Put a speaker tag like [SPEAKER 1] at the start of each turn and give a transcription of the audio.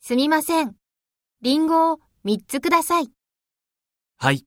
[SPEAKER 1] すみません。リンゴを3つください。
[SPEAKER 2] はい。